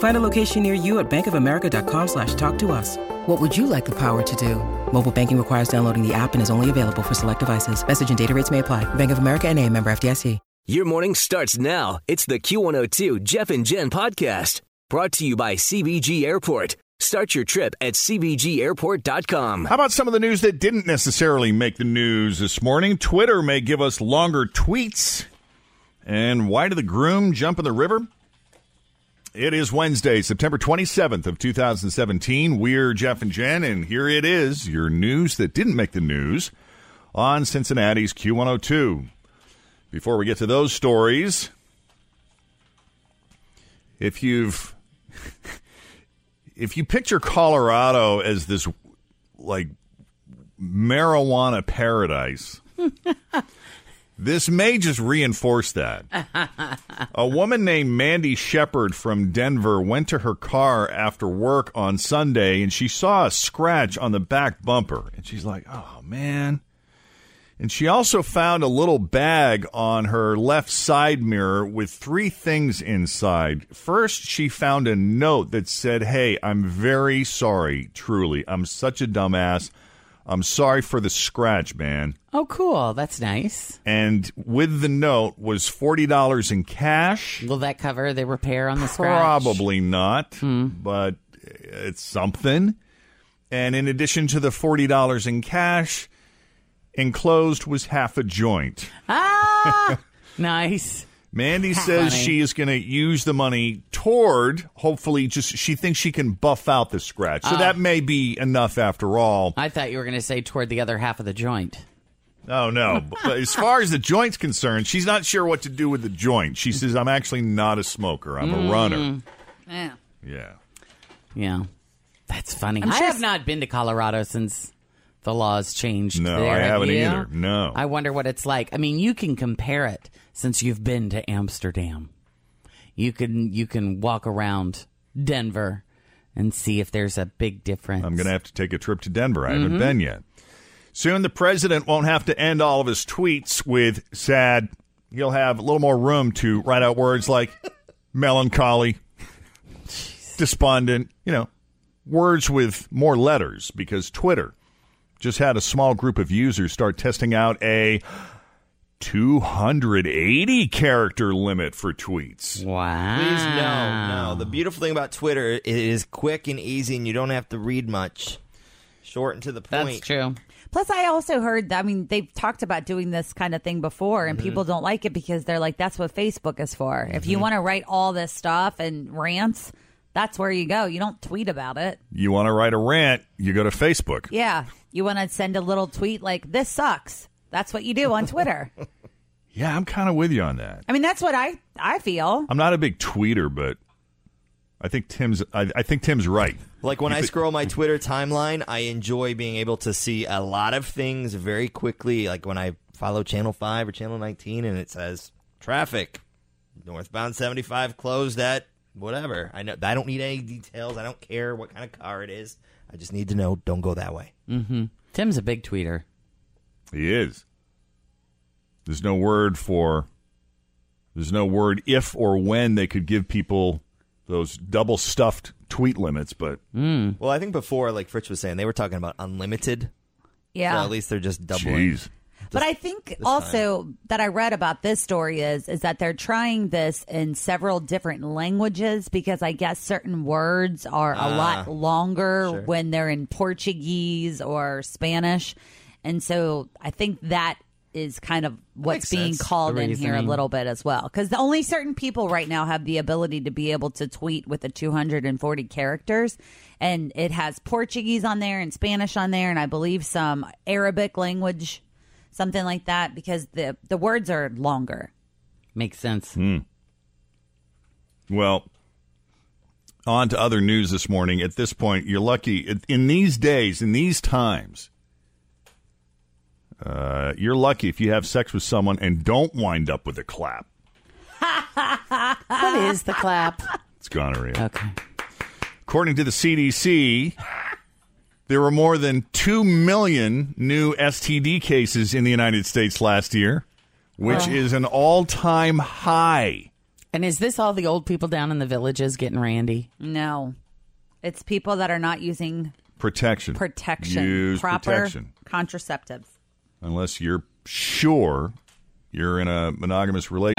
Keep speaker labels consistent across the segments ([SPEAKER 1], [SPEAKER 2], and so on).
[SPEAKER 1] Find a location near you at bankofamerica.com slash talk to us. What would you like the power to do? Mobile banking requires downloading the app and is only available for select devices. Message and data rates may apply. Bank of America and a member FDIC.
[SPEAKER 2] Your morning starts now. It's the Q102 Jeff and Jen podcast brought to you by CBG Airport. Start your trip at CBGAirport.com.
[SPEAKER 3] How about some of the news that didn't necessarily make the news this morning? Twitter may give us longer tweets. And why did the groom jump in the river? It is Wednesday, September 27th of 2017. We're Jeff and Jen, and here it is, your news that didn't make the news on Cincinnati's Q102. Before we get to those stories, if you've if you picture Colorado as this like marijuana paradise, this may just reinforce that. A woman named Mandy Shepard from Denver went to her car after work on Sunday and she saw a scratch on the back bumper. And she's like, oh, man. And she also found a little bag on her left side mirror with three things inside. First, she found a note that said, Hey, I'm very sorry, truly. I'm such a dumbass. I'm sorry for the scratch, man.
[SPEAKER 4] Oh, cool. That's nice.
[SPEAKER 3] And with the note was $40 in cash.
[SPEAKER 4] Will that cover the repair on the scratch?
[SPEAKER 3] Probably not, but it's something. And in addition to the $40 in cash, enclosed was half a joint.
[SPEAKER 4] Ah, nice.
[SPEAKER 3] Mandy says
[SPEAKER 4] Funny.
[SPEAKER 3] she is going to use the money toward, hopefully, just she thinks she can buff out the scratch. So that may be enough after all.
[SPEAKER 4] I thought you were going to say toward the other half of the joint.
[SPEAKER 3] Oh, no. but as far as the joint's concerned, she's not sure what to do with the joint. She says, I'm actually not a smoker, I'm a runner.
[SPEAKER 4] Yeah.
[SPEAKER 3] Yeah.
[SPEAKER 4] Yeah. That's funny.
[SPEAKER 5] I'm
[SPEAKER 4] I
[SPEAKER 5] sure
[SPEAKER 4] have
[SPEAKER 5] s-
[SPEAKER 4] not been to Colorado since the laws changed.
[SPEAKER 3] No,
[SPEAKER 4] there.
[SPEAKER 3] I
[SPEAKER 4] Have
[SPEAKER 3] haven't
[SPEAKER 4] you?
[SPEAKER 3] either. No.
[SPEAKER 4] I wonder what it's like. I mean, you can compare it since you've been to Amsterdam. You can you can walk around Denver and see if there's a big difference.
[SPEAKER 3] I'm going to have to take a trip to Denver. I haven't been yet. Soon the president won't have to end all of his tweets with sad. He'll have a little more room to write out words like melancholy, despondent, you know, words with more letters because Twitter just had a small group of users start testing out a 280 character limit for tweets.
[SPEAKER 4] Wow.
[SPEAKER 5] Please, no, no. The beautiful thing about Twitter, it is quick and easy, and you don't have to read much. Short and to the point.
[SPEAKER 4] That's true.
[SPEAKER 6] Plus, I also heard, I mean, they've talked about doing this kind of thing before, and people
[SPEAKER 5] Mm-hmm.
[SPEAKER 6] don't like it because they're like, that's what Facebook is for. If you want to write all this stuff and rants, that's where you go. You don't tweet about it.
[SPEAKER 3] You want to write a rant, you go to Facebook.
[SPEAKER 6] Yeah. You want to send a little tweet like, this sucks. That's what you do on Twitter.
[SPEAKER 3] Yeah, I'm kind of with you on that.
[SPEAKER 6] I mean, that's what I, I feel.
[SPEAKER 3] I'm not a big tweeter, but I think Tim's. I, I think Tim's right.
[SPEAKER 5] Like when
[SPEAKER 3] You
[SPEAKER 5] I
[SPEAKER 3] could-
[SPEAKER 5] scroll my Twitter timeline, I enjoy being able to see a lot of things very quickly. Like when I follow Channel 5 or Channel 19 and it says traffic, northbound 75 closed at whatever. I know I don't need any details. I don't care what kind of car it is. I just need to know don't go that way.
[SPEAKER 4] Tim's a big tweeter.
[SPEAKER 3] He is. There's no word for. There's no word if or when they could give people those double stuffed tweet limits, but Hmm.
[SPEAKER 5] Well, I think before like Fritz was saying, they were talking about unlimited.
[SPEAKER 6] Yeah.
[SPEAKER 5] So at least they're just doubling.
[SPEAKER 3] jeez,
[SPEAKER 6] But I think also that I read about this story is is that they're trying this in several different languages because I guess certain words are a lot longer when they're in Portuguese or Spanish. And so I think that is kind of what's
[SPEAKER 5] makes
[SPEAKER 6] being
[SPEAKER 5] sense.
[SPEAKER 6] called
[SPEAKER 4] The
[SPEAKER 6] in here a
[SPEAKER 4] reasoning.
[SPEAKER 6] little bit as well. Because the only certain people right now have the ability to be able to tweet with the 240 characters. And it has Portuguese on there and Spanish on there, and I believe some Arabic language, something like that, because the, the words are longer.
[SPEAKER 4] Makes sense.
[SPEAKER 3] Hmm. Well, on to other news this morning. At this point, you're lucky in- in these days, in these times. Uh, you're lucky if you have sex with someone and don't wind up with a clap.
[SPEAKER 4] What is the clap?
[SPEAKER 3] It's gonorrhea.
[SPEAKER 4] Okay.
[SPEAKER 3] According to the CDC, there were more than 2 million new STD cases in the United States last year, which is an all time high.
[SPEAKER 4] And is this all the old people down in the villages getting randy?
[SPEAKER 6] No. It's people that are not using
[SPEAKER 3] Protection.
[SPEAKER 6] protection,
[SPEAKER 3] Use
[SPEAKER 6] proper
[SPEAKER 3] protection.
[SPEAKER 6] contraceptives.
[SPEAKER 3] Unless you're sure you're in a monogamous relationship.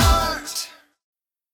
[SPEAKER 7] art.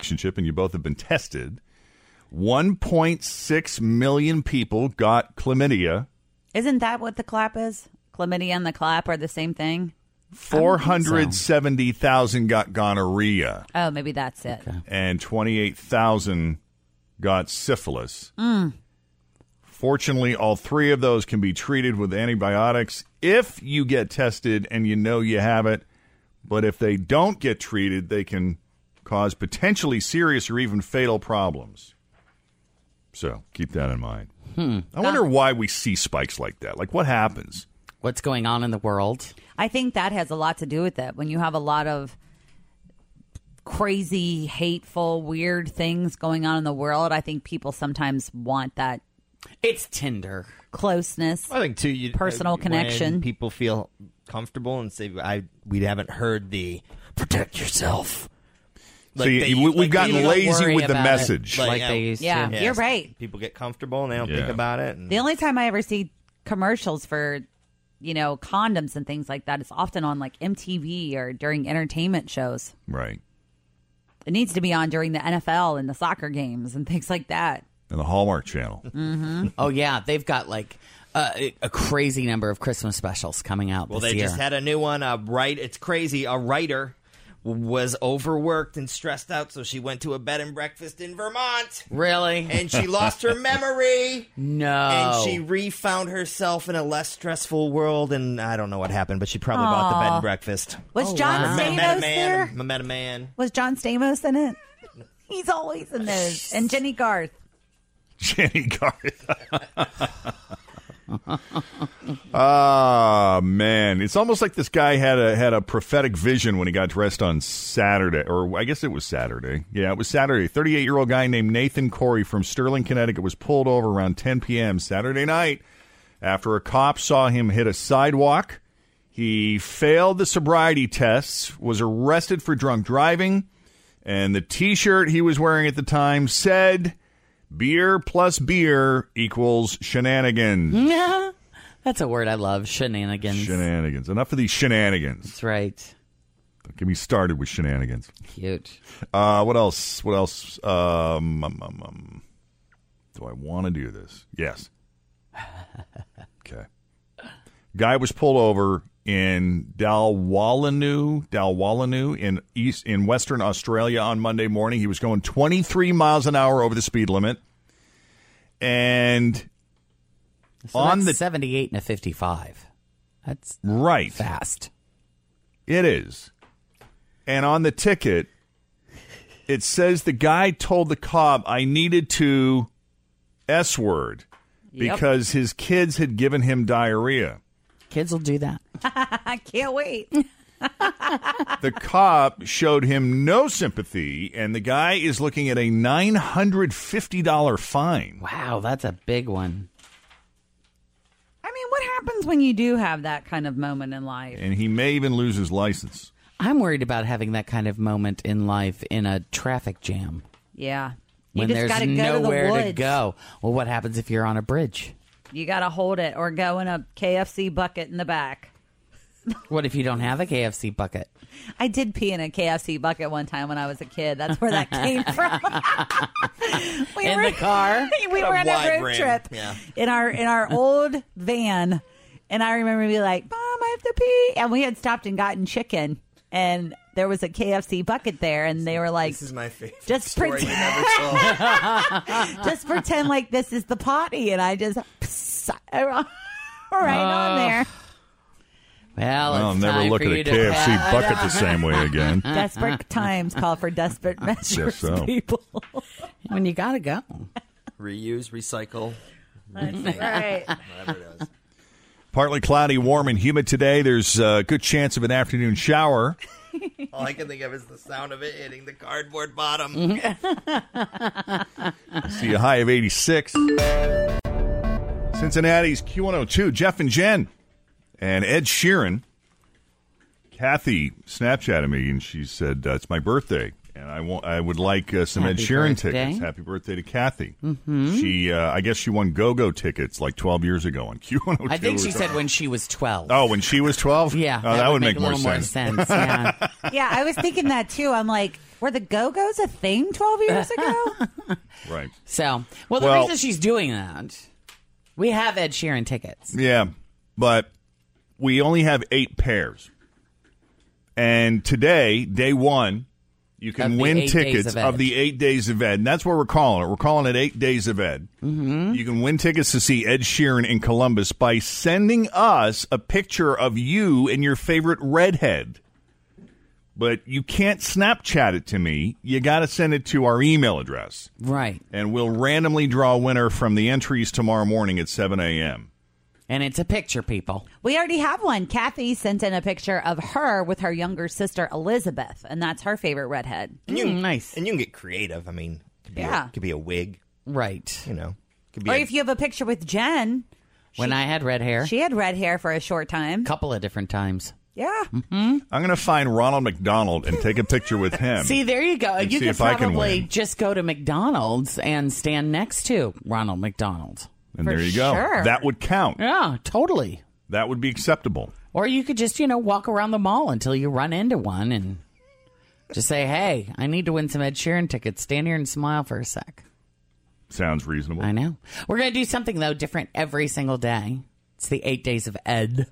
[SPEAKER 3] relationship and you both have been tested, 1.6 million people got chlamydia.
[SPEAKER 6] Isn't that what the clap is? Chlamydia and the clap are the same thing?
[SPEAKER 3] 470,000 got gonorrhea
[SPEAKER 6] Oh, maybe that's it.
[SPEAKER 3] and 28,000 got syphilis. Fortunately, all three of those can be treated with antibiotics if you get tested and you know you have it. But if they don't get treated, they can cause potentially serious or even fatal problems. So keep that in mind. I wonder why we see spikes like that. Like, what happens?
[SPEAKER 4] What's going on in the world?
[SPEAKER 6] I think that has a lot to do with it. When you have a lot of crazy, hateful, weird things going on in the world, I think people sometimes want that
[SPEAKER 4] It's Tinder.
[SPEAKER 6] closeness.
[SPEAKER 5] I think too. You, uh,
[SPEAKER 6] Personal
[SPEAKER 5] when
[SPEAKER 6] connection.
[SPEAKER 5] People feel comfortable and say, "I we haven't heard the protect yourself."
[SPEAKER 3] so you,
[SPEAKER 5] they-
[SPEAKER 3] we, we've
[SPEAKER 5] like
[SPEAKER 3] gotten
[SPEAKER 5] they-
[SPEAKER 4] don't
[SPEAKER 3] lazy
[SPEAKER 4] worry
[SPEAKER 3] with the
[SPEAKER 4] about it.
[SPEAKER 3] message.
[SPEAKER 4] Like,
[SPEAKER 5] Like,
[SPEAKER 4] they
[SPEAKER 5] Oh, yeah.
[SPEAKER 4] used
[SPEAKER 6] Yeah.
[SPEAKER 4] to.
[SPEAKER 6] You're right.
[SPEAKER 5] People get comfortable and they don't think
[SPEAKER 3] Yeah.
[SPEAKER 5] about it. And
[SPEAKER 6] The only time I ever see commercials for, you know, condoms and things like that is often on like MTV or during entertainment shows.
[SPEAKER 3] right.
[SPEAKER 6] It needs to be on during the NFL and the soccer games and things like that.
[SPEAKER 3] And the Hallmark Channel.
[SPEAKER 4] Oh yeah, they've got like a, a crazy number of Christmas specials coming out.
[SPEAKER 5] well,
[SPEAKER 4] this
[SPEAKER 5] they
[SPEAKER 4] year.
[SPEAKER 5] just had a new one. A write. It's crazy. A writer was overworked and stressed out, so she went to a bed and breakfast in Vermont,
[SPEAKER 4] really
[SPEAKER 5] and she lost her memory.
[SPEAKER 4] no,
[SPEAKER 5] And
[SPEAKER 6] Oh.
[SPEAKER 5] she refound herself in a less stressful world, and I don't know what happened, but she probably bought the bed and breakfast.
[SPEAKER 6] Was John
[SPEAKER 4] wow.
[SPEAKER 5] I
[SPEAKER 6] Stamos
[SPEAKER 5] Oh, met a
[SPEAKER 6] there?
[SPEAKER 5] man. I met a man.
[SPEAKER 6] Was John Stamos in it? He's always in those. And Jenny Garth.
[SPEAKER 3] Jenny Garth. Ah man, it's almost like this guy had a had a prophetic vision when he got dressed on Saturday, or I guess it was Saturday. Yeah, it was Saturday. Thirty eight year old guy named Nathan Corey from Sterling, Connecticut, was pulled over around ten p.m. Saturday night after a cop saw him hit a sidewalk. He failed the sobriety tests, was arrested for drunk driving, and the T-shirt he was wearing at the time said beer plus beer equals shenanigans.
[SPEAKER 4] Yeah, that's a word I love. Shenanigans.
[SPEAKER 3] Shenanigans. Enough of these shenanigans.
[SPEAKER 4] That's right.
[SPEAKER 3] Don't get me started with shenanigans.
[SPEAKER 4] Cute.
[SPEAKER 3] Uh, what else? What else? Um, um, um, um. do I want to do this? Yes. Okay. Guy was pulled over in Dalwalanu, Dalwalanu in east in Western Australia on Monday morning. He was going 23 miles an hour over the speed limit, and
[SPEAKER 4] So
[SPEAKER 3] On
[SPEAKER 4] that's
[SPEAKER 3] the-
[SPEAKER 4] seventy-eight and a fifty-five. That's
[SPEAKER 3] right.
[SPEAKER 4] fast.
[SPEAKER 3] It is. And on the ticket, it says the guy told the cop I needed to S word because his kids had given him diarrhea.
[SPEAKER 4] Kids will do that.
[SPEAKER 6] I can't wait.
[SPEAKER 3] the cop showed him no sympathy, and the guy is looking at a $950 fine.
[SPEAKER 4] Wow, that's a big one.
[SPEAKER 6] I mean, what happens when you do have that kind of moment in life?
[SPEAKER 3] And he may even lose his license.
[SPEAKER 4] I'm worried about having that kind of moment in life in a traffic jam
[SPEAKER 6] Yeah. You
[SPEAKER 4] when
[SPEAKER 6] just
[SPEAKER 4] there's
[SPEAKER 6] gotta go
[SPEAKER 4] nowhere
[SPEAKER 6] to, the
[SPEAKER 4] to
[SPEAKER 6] woods.
[SPEAKER 4] go. Well, what happens if you're on a bridge?
[SPEAKER 6] You got to hold it or go in a KFC bucket in the back.
[SPEAKER 4] What if you don't have a KFC bucket?
[SPEAKER 6] I did pee in a KFC bucket one time when I was a kid. That's where that came from. we
[SPEAKER 4] In the car?
[SPEAKER 6] we were on
[SPEAKER 5] wide
[SPEAKER 6] a road
[SPEAKER 5] rim.
[SPEAKER 6] trip
[SPEAKER 5] Yeah.
[SPEAKER 6] in our in our old van, and I remember being like, "Mom, I have to pee," and we had stopped and gotten chicken, and there was a KFC bucket there, and they were like,
[SPEAKER 5] This is my favorite
[SPEAKER 6] Just
[SPEAKER 5] story
[SPEAKER 6] pretend-
[SPEAKER 5] I never told.
[SPEAKER 6] "Just pretend like this is the potty," and I just pss, right on there.
[SPEAKER 4] Well,
[SPEAKER 3] I'll
[SPEAKER 4] it's
[SPEAKER 3] never
[SPEAKER 4] time
[SPEAKER 3] look
[SPEAKER 4] for
[SPEAKER 3] at
[SPEAKER 4] you
[SPEAKER 3] a
[SPEAKER 4] to
[SPEAKER 3] KFC
[SPEAKER 4] pass.
[SPEAKER 3] bucket the same way again.
[SPEAKER 6] Desperate times call for desperate measures,
[SPEAKER 3] so.
[SPEAKER 6] people.
[SPEAKER 4] When you gotta go,
[SPEAKER 5] Reuse, recycle.
[SPEAKER 6] right.
[SPEAKER 3] Partly cloudy, warm, and humid today. There's a good chance of an afternoon shower.
[SPEAKER 5] All I can think of is the sound of it hitting the cardboard bottom.
[SPEAKER 6] Mm-hmm.
[SPEAKER 3] See a high of 86. Cincinnati's Q102, Jeff and Jen, and Ed Sheeran. Kathy Snapchatted me and she said, uh, It's my birthday. And I, want, I would like uh, some Ed
[SPEAKER 4] Happy
[SPEAKER 3] Sheeran
[SPEAKER 4] birthday. Mm-hmm.
[SPEAKER 3] tickets. Happy birthday to Kathy. She, uh, I guess she won Go Go tickets like 12 years ago on Q102.
[SPEAKER 4] I think
[SPEAKER 3] or
[SPEAKER 4] she said
[SPEAKER 3] something.
[SPEAKER 4] when she was 12.
[SPEAKER 3] Oh, when she was 12?
[SPEAKER 4] yeah,
[SPEAKER 3] Oh, that, would make,
[SPEAKER 4] a
[SPEAKER 3] more
[SPEAKER 4] little
[SPEAKER 3] sense.
[SPEAKER 4] more sense. Yeah.
[SPEAKER 6] Yeah, I was thinking that too. I'm like, were the Go Go's a thing 12 years ago?
[SPEAKER 3] Right.
[SPEAKER 4] So, well, the
[SPEAKER 3] Well-
[SPEAKER 4] reason she's doing that, we have Ed Sheeran tickets.
[SPEAKER 3] Yeah, but we only have eight pairs. And today, day one, you
[SPEAKER 4] Of
[SPEAKER 3] can
[SPEAKER 4] the
[SPEAKER 3] win
[SPEAKER 4] eight days
[SPEAKER 3] tickets
[SPEAKER 4] of
[SPEAKER 3] of
[SPEAKER 4] Ed.
[SPEAKER 3] the eight days of Ed. And that's what we're calling it. We're calling it eight days of Ed. Mm-hmm. You can win tickets to see Ed Sheeran in Columbus by sending us a picture of you and your favorite redhead. But you can't Snapchat it to me. You got to send it to our email address.
[SPEAKER 4] Right.
[SPEAKER 3] And we'll randomly draw a winner from the entries tomorrow morning at 7 a.m.
[SPEAKER 4] And it's a picture, people.
[SPEAKER 6] We already have one. Kathy sent in a picture of her with her younger sister, Elizabeth, and that's her favorite redhead.
[SPEAKER 5] And you can,
[SPEAKER 4] Mm, nice.
[SPEAKER 5] And you can get creative. I mean, could be
[SPEAKER 6] Yeah.
[SPEAKER 5] a, could be a wig.
[SPEAKER 4] Right.
[SPEAKER 5] You know, could be.
[SPEAKER 6] Or
[SPEAKER 5] a-
[SPEAKER 6] if you have a picture with Jen,
[SPEAKER 4] when I had red hair,
[SPEAKER 6] she had red hair for a short time.
[SPEAKER 4] a couple of different times.
[SPEAKER 6] Yeah.
[SPEAKER 3] I'm going to find Ronald McDonald and take a picture with him.
[SPEAKER 4] See, there you go.
[SPEAKER 3] And
[SPEAKER 4] You
[SPEAKER 3] see
[SPEAKER 4] could
[SPEAKER 3] if I can
[SPEAKER 4] probably
[SPEAKER 3] win.
[SPEAKER 4] just go to McDonald's and stand next to Ronald McDonald.
[SPEAKER 3] and
[SPEAKER 6] for
[SPEAKER 3] there you go.
[SPEAKER 6] sure.
[SPEAKER 3] That would count.
[SPEAKER 4] Yeah, totally.
[SPEAKER 3] That would be acceptable.
[SPEAKER 4] Or you could just, you know, walk around the mall until you run into one and just say, hey, I need to win some Ed Sheeran tickets. Stand here and smile for a sec.
[SPEAKER 3] Sounds reasonable.
[SPEAKER 4] I know. We're going to do something, though, different every single day. It's the eight days of Ed.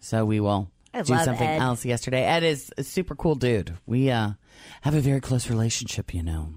[SPEAKER 4] So we will
[SPEAKER 6] I
[SPEAKER 4] do
[SPEAKER 6] love
[SPEAKER 4] something
[SPEAKER 6] Ed.
[SPEAKER 4] else yesterday. Ed is a super cool dude. We uh, have a very close relationship, you know.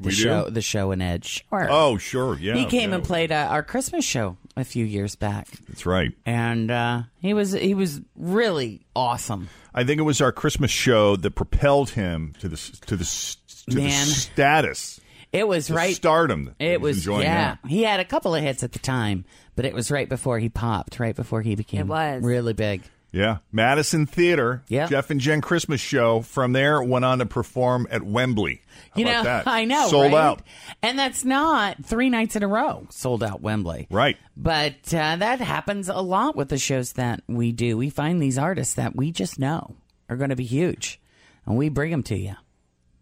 [SPEAKER 4] The
[SPEAKER 3] We do?
[SPEAKER 4] show, The show and Ed. Sure.
[SPEAKER 3] Oh, sure. Yeah.
[SPEAKER 4] he came
[SPEAKER 3] yeah.
[SPEAKER 4] and played uh, our Christmas show a few years back.
[SPEAKER 3] That's right.
[SPEAKER 4] And uh, he was he was really awesome.
[SPEAKER 3] I think it was our Christmas show that propelled him to the s- to the s- to the
[SPEAKER 4] Man.
[SPEAKER 3] status,
[SPEAKER 4] It was
[SPEAKER 3] to
[SPEAKER 4] right.
[SPEAKER 3] stardom. that he
[SPEAKER 4] It was
[SPEAKER 3] enjoying
[SPEAKER 4] yeah.
[SPEAKER 3] now.
[SPEAKER 4] He had a couple of hits at the time, but it was right before he popped, right before he became
[SPEAKER 6] It was.
[SPEAKER 4] really big.
[SPEAKER 3] Yeah. Madison Theater,
[SPEAKER 4] Yeah.
[SPEAKER 3] Jeff and Jen Christmas show. From there, went on to perform at Wembley. How
[SPEAKER 4] You
[SPEAKER 3] about
[SPEAKER 4] know,
[SPEAKER 3] that?
[SPEAKER 4] I know,
[SPEAKER 3] Sold
[SPEAKER 4] right?
[SPEAKER 3] out.
[SPEAKER 4] and that's not three nights in a row sold out Wembley,
[SPEAKER 3] Right.
[SPEAKER 4] But uh, that happens a lot with the shows that we do. We find these artists that we just know are going to be huge, and we bring them to you,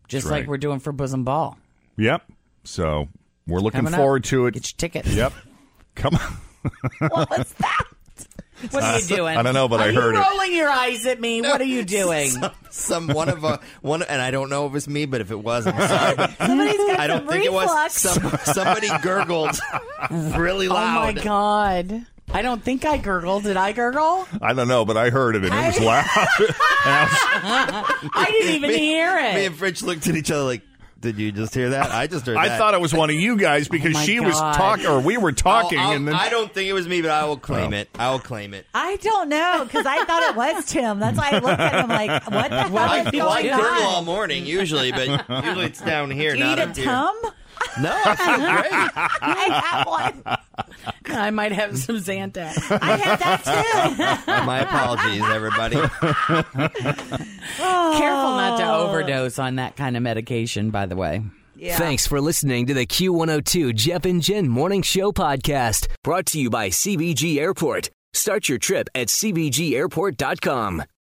[SPEAKER 4] just
[SPEAKER 3] That's
[SPEAKER 4] like
[SPEAKER 3] right.
[SPEAKER 4] we're doing for Bosom Ball.
[SPEAKER 3] Yep. So we're looking
[SPEAKER 4] Coming up.
[SPEAKER 3] forward to it.
[SPEAKER 4] Get your tickets.
[SPEAKER 3] Yep. Come on.
[SPEAKER 6] What was that?
[SPEAKER 4] What are you doing?
[SPEAKER 3] I don't know, but
[SPEAKER 4] are
[SPEAKER 3] I heard
[SPEAKER 4] you
[SPEAKER 3] it.
[SPEAKER 4] rolling your eyes at me. What are you doing?
[SPEAKER 5] some one of a one, and I don't know if it was me, but if it was, I'm sorry. But
[SPEAKER 6] Somebody's got
[SPEAKER 5] I don't
[SPEAKER 6] some
[SPEAKER 5] think it was.
[SPEAKER 6] reflux.
[SPEAKER 5] Some, somebody gurgled really
[SPEAKER 4] Oh my
[SPEAKER 5] loud.
[SPEAKER 4] god! I don't think I gurgled. Did I gurgle?
[SPEAKER 3] I don't know, but I heard it and it was loud.
[SPEAKER 4] I didn't even hear it.
[SPEAKER 5] Me and Fritch looked at each other like, "Did you just hear that? I just heard that."
[SPEAKER 3] I thought it was one of you guys because
[SPEAKER 4] my
[SPEAKER 3] she was
[SPEAKER 4] God.
[SPEAKER 3] talking, or we were talking,
[SPEAKER 5] I'll- I'll-
[SPEAKER 3] and then
[SPEAKER 5] I don't think it was me, but I will claim
[SPEAKER 3] Oh.
[SPEAKER 5] it. I will claim it.
[SPEAKER 6] I don't know because I thought it was Tim. That's why I looked at him like, what the hell
[SPEAKER 5] I,
[SPEAKER 6] is
[SPEAKER 5] well, I
[SPEAKER 6] going
[SPEAKER 5] gurgle all
[SPEAKER 6] on?
[SPEAKER 5] morning usually, but usually it's down here,
[SPEAKER 6] Do you
[SPEAKER 5] not
[SPEAKER 6] need a
[SPEAKER 5] up here.
[SPEAKER 6] tum?
[SPEAKER 5] No, I feel great.
[SPEAKER 6] I have one.
[SPEAKER 4] I might have some Zantac.
[SPEAKER 6] I had that too.
[SPEAKER 5] My apologies, everybody.
[SPEAKER 4] Careful not to overdose on that kind of medication, by the way.
[SPEAKER 6] Yeah.
[SPEAKER 2] Thanks for listening to the Q102 Jeff and Jen Morning Show podcast, brought to you by CBG Airport. Start your trip at CBGAirport.com.